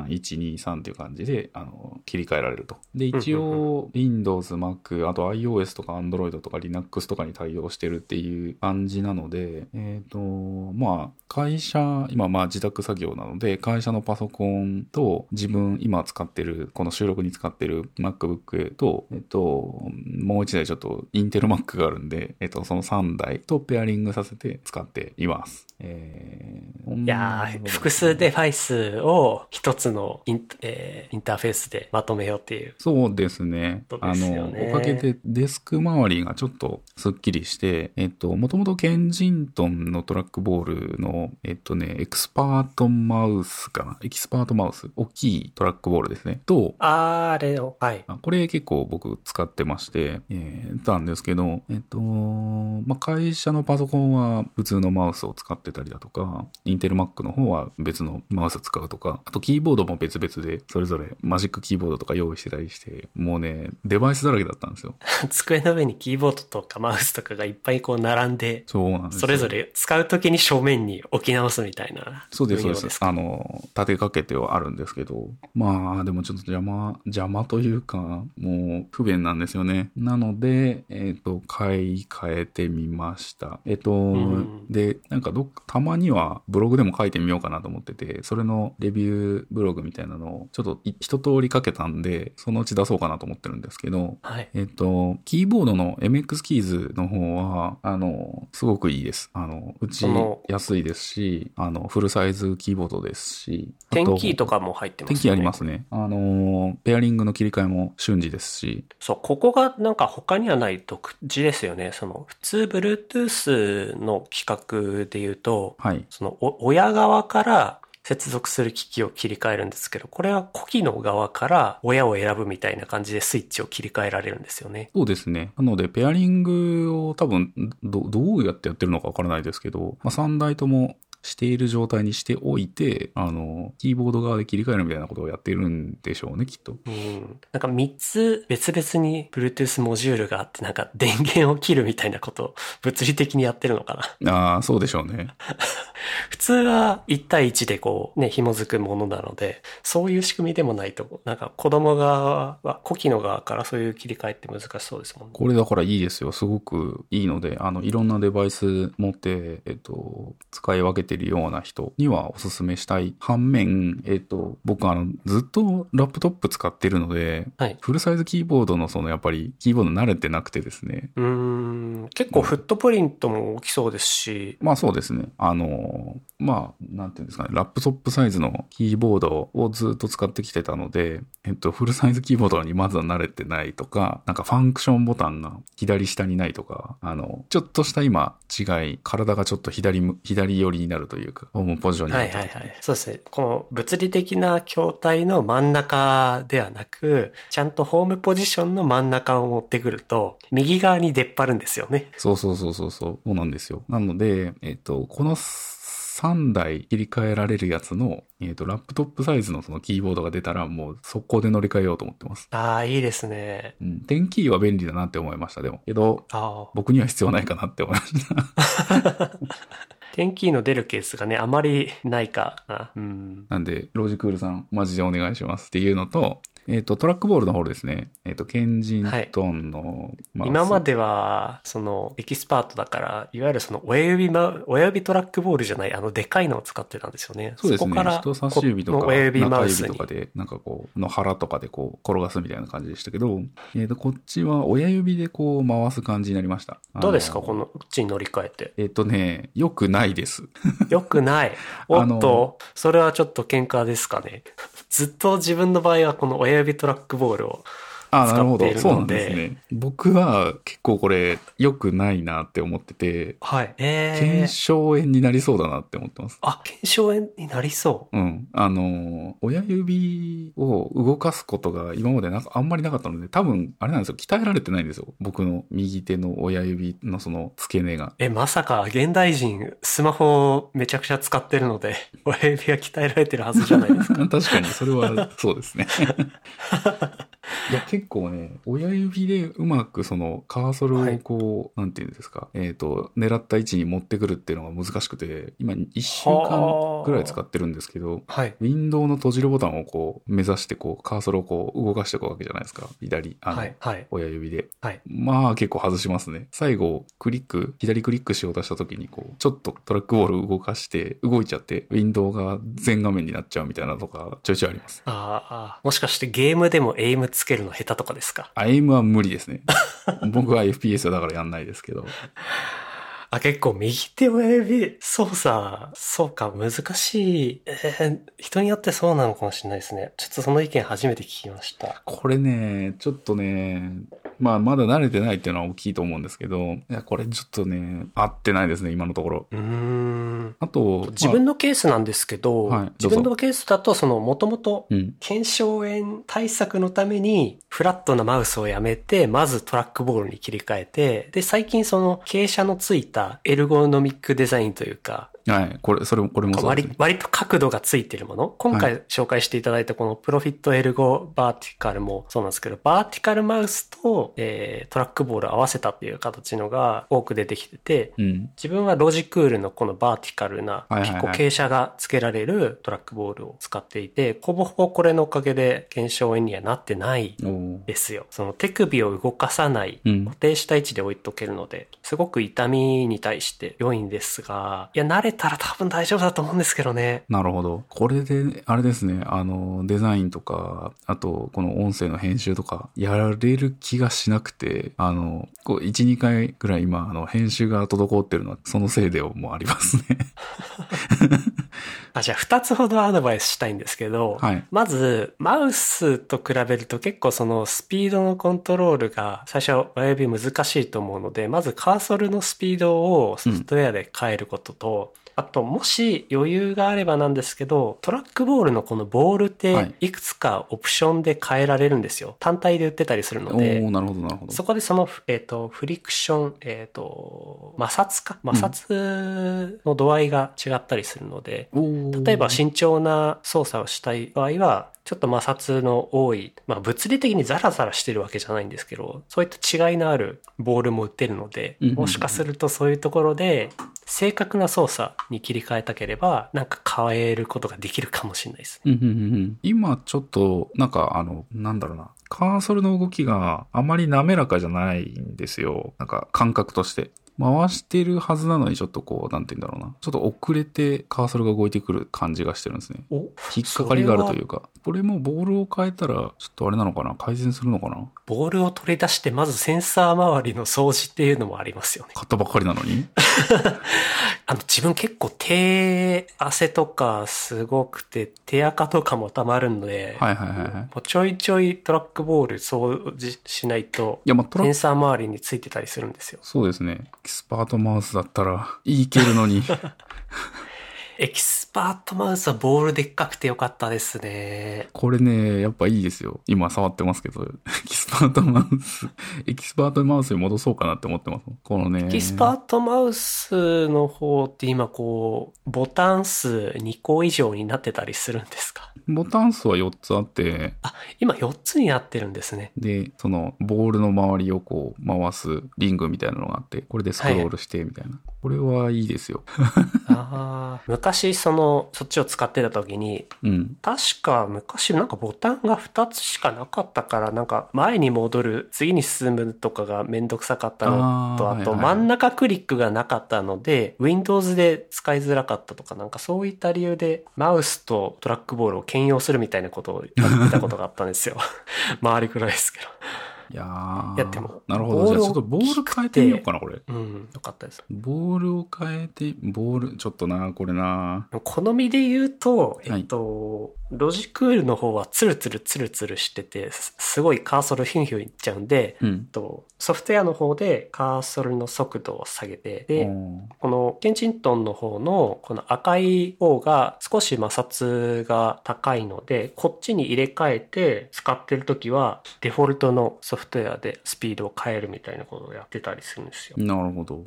S2: 12313っていう感じであの切り替えられると。で一
S1: うんうんうん
S2: 応 Windows、Mac、あと iOS とか Android とか Linux とかに対応してるっていう感じなので、えっ、と、まあ、会社、今まあ自宅作業なので、会社のパソコンと自分今使ってる、この収録に使ってる MacBook と、えっ、と、もう一台ちょっと Intel Mac があるんで、えっ、と、その3台とペアリングさせて使っています。えー、
S1: いやー複数デバイスを一つのイン,、えーインターフェースでまとめようっていう。
S2: そうですね。
S1: そう
S2: あ
S1: ですよ
S2: の、
S1: ね
S2: おかげでデスク周りがちょっとスッキリして、えっと、もともとケンジントンのトラックボールの、えっとね、エクスパートマウスかなエキスパートマウス。大きいトラックボールですね。と、
S1: あーあれを、はい。
S2: あこれ結構僕使ってまして、えー、たんですけど、えっと、まあ、会社のパソコンは普通のマウスを使ってたりだとか、インテル Mac の方は別のマウス使うとか、あとキーボードも別々で、それぞれマジックキーボードとか用意してたりして、もうね、デバイスだらけだったんですよ。
S1: 机の上にキーボードとかマウスとかがいっぱいこう並んで、
S2: そうなんですよ
S1: それぞれ使うときに正面に置き直すみたいな。
S2: そうです、そうです。
S1: 運用か
S2: あの、立てかけてはあるんですけど、まあ、でもちょっと邪魔、邪魔というか、もう不便なんですよね。なので、えっ、と、買い替えてみました。えっ、と、
S1: ん
S2: で、なんかどっか、たまにはブログでも書いてみようかなと思ってて、それのレビューブログみたいなのを、ちょっとい一通りかけたんで、そのうち出そうかなと思ってるんですけど、
S1: はい。
S2: えっと、キーボードの MX キーズの方は、あの、すごくいいです。あの、うち
S1: その
S2: 安いですし、あの、フルサイズキーボードですし、あ
S1: テンキーとかも入ってます
S2: 天
S1: ね。
S2: 気ありますね。あの、ペアリングの切り替えも瞬時ですし、
S1: そう、ここがなんか他にはない独自ですよね。その、普通 Bluetooth の規格で言うと、
S2: はい。
S1: その、お親側から接続する機器を切り替えるんですけど、これは子機の側から親を選ぶみたいな感じでスイッチを切り替えられるんですよね。
S2: そうですね。なので、ペアリングを多分、ど、どうやってやってるのかわからないですけど、まあ、3台ともしている状態にしておいて、あの、キーボード側で切り替えるみたいなことをやってるんでしょうね、きっと。
S1: うん。なんか3つ別々に Bluetooth モジュールがあって、なんか電源を切るみたいなこと を物理的にやってるのかな。
S2: ああ、そうでしょうね。
S1: 普通は1対1でこうね、紐づくものなので、そういう仕組みでもないと、なんか子供側は、古希の側からそういう切り替えって難しそうですもんね。
S2: これだからいいですよ。すごくいいので、あの、いろんなデバイス持って、えっと、使い分けてるような人にはおすすめしたい。反面、えっと、僕あの、ずっとラップトップ使ってるので、
S1: はい。
S2: フルサイズキーボードのその、やっぱり、キーボード慣れてなくてですね。
S1: うーん、結構フットプリントも大きそうですし、
S2: まあそうですね。あの、まあ、なんていうんですかね、ラップトップサイズのキーボードをずっと使ってきてたので、えっと、フルサイズキーボードにまずは慣れてないとか、なんかファンクションボタンが左下にないとか、あの、ちょっとした今違い、体がちょっと左む、左寄りになるというか、ホームポジションに
S1: は
S2: ないると
S1: はいはい。そうですね。この物理的な筐体の真ん中ではなく、ちゃんとホームポジションの真ん中を持ってくると、右側に出っ張るんですよね。
S2: そうそうそうそうそう。そうなんですよ。なので、えっと、この3台切り替えられるやつの、えっと、ラップトップサイズのそのキーボードが出たら、もう速攻で乗り換えようと思ってます。
S1: ああ、いいですね。
S2: うん。テンキーは便利だなって思いました、でも。けど、
S1: ああ。
S2: 僕には必要ないかなって思いました。
S1: 天気の出るケースがね、あまりないかな。うん。
S2: なんで、ロジクールさん、マジでお願いしますっていうのと、えっ、と、トラックボールの方ですね。えっ、と、ケンジントンの、まあ
S1: 今までは、その、エキスパートだから、いわゆるその、親指マ、親指トラックボールじゃない、あの、でかいのを使ってたんですよね。
S2: そうです
S1: こ
S2: ね
S1: か。ら、
S2: 人差し指と
S1: こ
S2: か、
S1: の親指マ
S2: 中
S1: ウ
S2: 指
S1: ス
S2: と
S1: に
S2: か。で、なんかこう、の腹とかでこう、転がすみたいな感じでしたけど、えっ、と、こっちは親指でこう、回す感じになりました。あの。
S1: どうですかこの、こっちに乗り換えて
S2: えっ、とね、よくないです。
S1: よくない。お
S2: あ
S1: っ
S2: の
S1: と、それはちょっと喧嘩ですかね。ずっと自分の場合は、この親指トラックボールを。
S2: あ、なる
S1: 使っ
S2: ほど。
S1: ているので
S2: そうなんですね。僕は結構これ、良くないなって思ってて、
S1: はい。え
S2: 検
S1: ー、
S2: 証炎になりそうだなって思ってます。
S1: あ、検証炎になりそう。
S2: うん。あの、親指を動かすことが今までなんかあんまりなかったので、多分、あれなんですよ。鍛えられてないんですよ。僕の右手の親指のその付け根が。
S1: え、まさか、現代人、スマホをめちゃくちゃ使ってるので、 親指が鍛えられてるはずじゃない ですか。
S2: 確かに、それはそうですね。いや、結構ね、親指でうまくそのカーソルをこう、なんていうんですか、えっ、と、狙った位置に持ってくるっていうのが難しくて、今1週間ぐらい使ってるんですけど、
S1: はい。
S2: ウィンドウの閉じるボタンをこう目指してこうカーソルをこう動かしていくわけじゃないですか。左、あの、
S1: はい。はい。
S2: 親指で。
S1: はい
S2: まあ結構外しますね。最後、クリック、左クリックしようとした時にこう、ちょっとトラックボール動かして、動いちゃって、ウィンドウが全画面になっちゃうみたいなのとか、ちょいちょいあります。
S1: ああ、もしかしてゲームでもエイムつけるの下手とかですか
S2: アイムは無理 ですね。僕は FPS はだからやんないですけど。
S1: あ、結構右手親指操作、そうか、難しい。えー人によってそうなのかもしれないですね。ちょっとその意見初めて聞きました。
S2: これね、ちょっとね、まあまだ慣れてないっていうのは大きいと思うんですけど、いや、これちょっとね、合ってないですね、今のところ。
S1: うーん。
S2: あと、
S1: 自
S2: ま
S1: 分のケースなんですけど、
S2: はいど
S1: 自
S2: うぞ
S1: 分のケースだと、その、もともと
S2: あ、うん。
S1: 検証炎対策のために、フラットなマウスをやめて、まずトラックボールに切り替えて、で、最近その傾斜のついたエルゴノミックデザインというか、
S2: はい。これ、それ、これもそうです
S1: 割
S2: ね。
S1: 割と角度がついてるもの今回紹介していただいたこのプロフィットエルゴバーティカルもそうなんですけど、バーティカルマウスと、えートラックボール合わせたっていう形のが多く出てきてて、
S2: うん。
S1: 自分はロジクールのこのバーティカルな
S2: はいはいはい
S1: 結構傾斜がつけられるトラックボールを使っていて、ほぼほぼこれのおかげで検証にはなってない
S2: おー
S1: ですよ。その手首を動かさない
S2: うん
S1: 固。定した位置で置いとけるので、すごく痛みに対して良いんですが、いや、慣れたら多分大丈夫だと思うんですけどね。
S2: なるほど。これで、あれですね、あの、デザインとか、あと、この音声の編集とか、やれる気がしなくて、あの、こう、1、2回ぐらい今、あの、編集が滞ってるのは、そのせいでもありますね。
S1: あ、じゃあ2つほどアドバイスしたいんですけど、
S2: はい。
S1: まず、マウスと比べると結構そのスピードのコントロールが最初親指難しいと思うので、まずカーソルのスピードをソフトウェアで変えることと、あと、もし余裕があればなんですけど、トラックボールのこのボールっ
S2: は
S1: て
S2: い
S1: いくつかオプションで変えられるんですよ。単体で売ってたりするの
S2: お
S1: で。
S2: ーなるほど、なるほど。
S1: そこでその、えっ、と、フリクション、えっ、と、摩擦か。摩擦の度合いが違ったりするので、
S2: おー
S1: 例えば慎重な操作をしたい場合は、ちょっと摩擦の多い、まあ物理的にザラザラしてるわけじゃないんですけど、そういった違いのあるボールも打てるので、
S2: うんうんうん
S1: もしかするとそういうところで、正確な操作に切り替えたければ、なんか変えることができるかもしれないですね。
S2: うんうんうんうん今ちょっと、なんかあの、なんだろうな。カーソルの動きがあまり滑らかじゃないんですよ。なんか感覚として。回してるはずなのにちょっとこう、なんて言うんだろうな。ちょっと遅れてカーソルが動いてくる感じがしてるんですね。
S1: お
S2: 引っかかりがあるというか。これもボールを変えたら、ちょっとあれなのかな改善するのかな
S1: ボールを取り出して、まずセンサー周りの掃除っていうのもありますよね。
S2: 買ったばっかりなのに
S1: あの、自分結構手汗とかすごくて、手垢とかもたまるので、
S2: はいはいはいはい。
S1: もうちょいちょいトラックボール掃除しないと、
S2: いや、まあ、トラ
S1: セ
S2: ッ
S1: ン
S2: ク、
S1: サー周りについてたりするんですよ。
S2: そうですね。エキスパートマウスだったら、いけるのに。
S1: エキスパートマウスはボールでっかくてよかったですね。
S2: これね、やっぱいいですよ。今触ってますけど、 エキスパートマウス、エキスパートマウスに戻そうかなって思ってます。このね。
S1: エキスパートマウスの方って今こう、ボタン数2個以上になってたりするんですか
S2: ボタン数は4つあって、
S1: 今4つになってるんです ね。
S2: で、その、ボールの周りをこう、回すリングみたいなのがあって、これでスクロールして、みたいな。これはいいですよ。
S1: あー昔その、そっちを使ってた時に、
S2: うん。
S1: 確か昔なんかボタンが2つしかなかったからなんか前に戻る次に進むとかがめんどくさかったのと
S2: あ
S1: あ
S2: ー
S1: と
S2: はいはい
S1: 真ん中クリックがなかったので Windows で使いづらかったとかなんかそういった理由でマウスとトラックボールを兼用するみたいなことをやってたことがあったんです よ。周りくらいですけ
S2: いやー
S1: いやでも
S2: なるほ
S1: ボ
S2: ど。
S1: ー
S2: じゃ
S1: ル
S2: あ
S1: を
S2: ちょっとボール変えてみようかな、これ。
S1: ど。うん、よかったです。
S2: ボールを変えて、ボール、ちょっとな、これな。
S1: 好みで言うと、
S2: は
S1: え
S2: い
S1: っと、ロジクールの方はツルツルツルツルしてて、すすごいカーソルヒュンヒュンいっちゃうんで、
S2: うん
S1: えっ。と、ソフトウェアの方でカーソルの速度を下げて、で、
S2: おー
S1: このケンチントンの方のこの赤い方が少し摩擦が高いので、こっちに入れ替えて使ってる時はデフォルトのソフトウェアでスピードを変えるみたいなことをやってたりするんですよ。
S2: なるほど。
S1: だ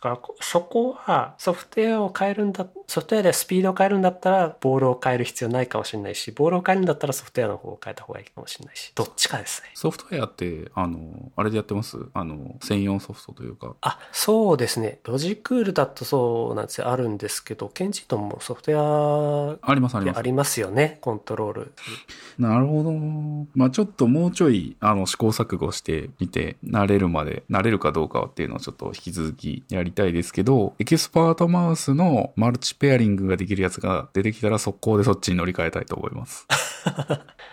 S1: からこそこはソフトウェアを変えるんだ、ソフトウェアでスピードを変えるんだったらボールを変える必要ないかもしれないし、ボールを変えるんだったらソフトウェアの方を変えた方がいいかもしれないし、どっちかですね。
S2: ソフトウェアって、あの、あれでやってますあの、専用ソフトというか。
S1: あ、そうですね。ロジクールだとそうなんですよ。あるんですけど、ケンジトンもソフトウェ
S2: ありますあ
S1: ア
S2: り
S1: で
S2: ます
S1: あ。りますよね。コントロール。
S2: なるほど。まあちょっともうちょい、あの、試行錯誤してみて、慣れるまで、慣れるかどうかっていうのをちょっと引き続きやりたいですけど、エキスパートマウスのマルチペアリングができるやつが出てきたら、速攻でそっちに乗り換えたいと思 います。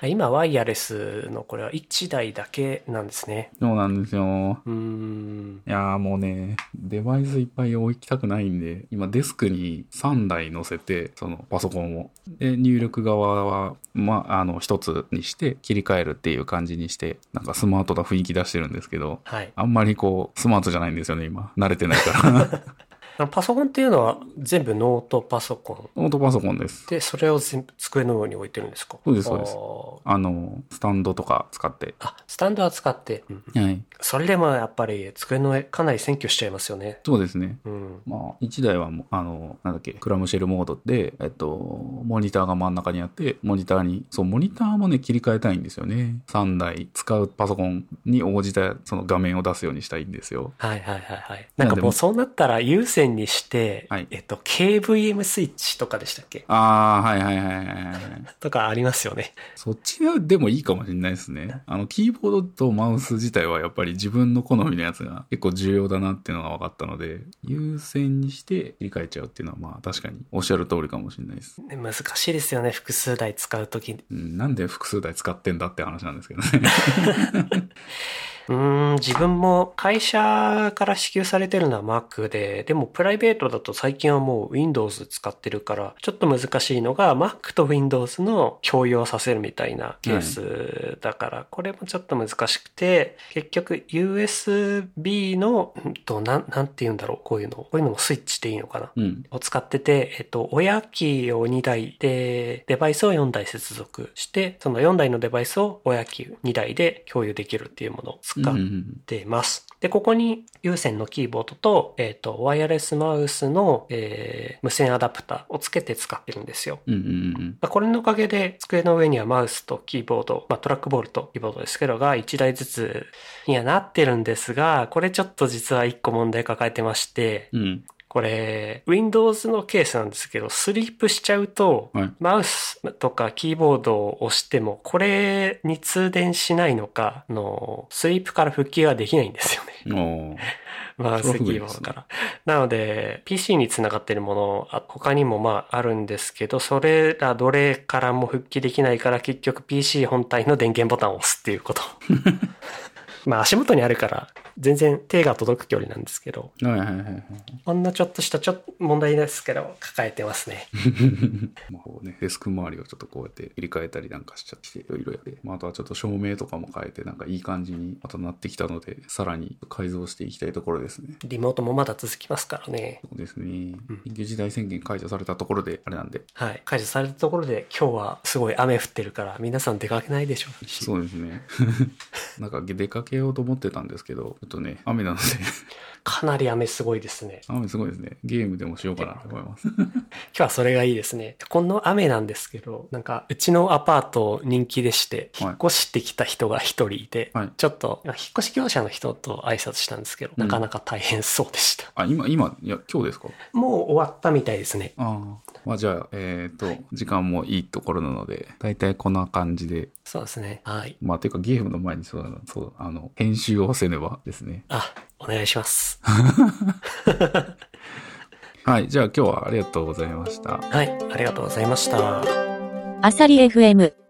S1: 今、ワイヤレスのこれは1台だけなんですね。
S2: そうなんですよ。
S1: うーん。
S2: いやーもうね、デバイスいっぱい置きたくないんで、今デスクに3台載せて、そのパソコンを。で、入力側は、まあ、あの、一つにして切り替えるっていう感じにして、なんかスマートな雰囲気出してるんですけど、
S1: はい。
S2: あんまりこう、スマートじゃないんですよね、今。慣れてないから。
S1: あのパソコンっていうのは全部ノートパソコン。
S2: ノートパソコンです。
S1: で、それを全部机の上に置いてるんですか
S2: そうですそうです
S1: す。
S2: あの、スタンドとか使って。
S1: あーあ、スタンドは使って。うん
S2: はい。
S1: それでもやっぱり机の上かなり占拠しちゃいますよね。
S2: そうですね。
S1: うん。
S2: まあ、1台はもう、あの、なんだっけ、クラムシェルモードで、えっと、モニターが真ん中にあって、モニターに、そう、モニターもね、切り替えたいんですよね。3台使うパソコンに応じた、その画面を出すようにしたいんですよ。
S1: はいはいはいはい。
S2: な
S1: なん
S2: でも
S1: んかもうそうなったら有線にして、
S2: はい
S1: えっと、KVM スイッチとかでしたっけ
S2: ああ、はいはいはいはいはい。
S1: とかありますよね。
S2: そっちでもいいかもしれないですね。あの、キーボードとマウス自体はやっぱり自分の好みのやつが結構重要だなっていうのが分かったので、優先にして切り替えちゃうっていうのは、まあ確かにおっしゃる通りかもしれないです。
S1: ね難しいですよね、複数台使うときに。
S2: うん、なんで複数台使ってんだって話なんですけどね。
S1: うーん、自分も会社から支給されてるのは Mac で、でもプライベートだと最近はもう Windows 使ってるから、ちょっと難しいのが Mac と Windows の共用させるみたいなケースだから、これもちょっと難しくて、結局 USB の、うんと、なん、なんて言うんだろう、こういうの。こういうのもスイッチでいいのかな。
S2: うん。
S1: を使ってて、えっと、親機を2台で、デバイスを4台接続して、その4台のデバイスを親機2台で共有できるっていうものを使
S2: うんうんう
S1: っ
S2: ん
S1: ています。で、ここに有線のキーボードと、えっと、ワイヤレスマウスの、えー無線アダプターをつけて使ってるんですよ。
S2: うんうんうん。
S1: まあこれのおかげで、机の上にはマウスとキーボード、まあ、トラックボールとキーボードですけどが1台ずつにはなってるんですが、これちょっと実は1個問題抱えてまして、
S2: うん。
S1: これ、Windows のケースなんですけど、スリープしちゃうと、
S2: はい
S1: マウスとかキーボードを押しても、これに通電しないのか、あの、スリープから復帰ができないんですよ ね。
S2: おー
S1: マウスキーボードから。なので、PC につながってるもの、あ他にもまああるんですけど、それらどれからも復帰できないから、結局 PC 本体の電源ボタンを押すっていうこと。 まあ足元にあるから、全然手が届く距離なんですけど、
S2: はいはいはいはい。
S1: こんなちょっとしたちょっと問題ですけど、抱えてますね。
S2: まあこうね、デスク周りをちょっとこうやって切り替えたりなんかしちゃって、いろいろやって、まあ、あとはちょっと照明とかも変えて、なんかいい感じにまたなってきたので、さらに改造していきたいところですね。
S1: リモートもまだ続きますからね。
S2: そうですね
S1: うん。
S2: 緊急事態宣言解除されたところで、あれなんで。
S1: はい。解除されたところで、今日はすごい雨降ってるから、皆さん出かけないでしょうし。
S2: そうですね。 なんか出かけようと思ってたんですけど、ちょっとね、雨なので、
S1: かなり雨すごいですね。
S2: 雨すごいですね。ゲームでもしようかなと思います。
S1: 今日はそれがいいですね。この雨なんですけど、なんか、うちのアパート人気でして、
S2: はい
S1: 引っ越してきた人が一人いて、
S2: はい
S1: ちょっと、引っ越し業者の人と挨拶したんですけど、
S2: うん
S1: なかなか大変そうでした。
S2: あ、今、今、いや、今日ですか
S1: もう終わったみたいですね。
S2: ああ。まあじゃあ、えっ、と、時間もいいところなので、だいたいこんな感じで、
S1: そうですね。はい。
S2: まあていうかゲームの前にそうだな、そう、あの、編集をせねばですね。
S1: あ、お願いし ます。
S2: はい。じゃあ今日はありがとうございました。
S1: はい。ありがとうございました。
S3: アサリ FM。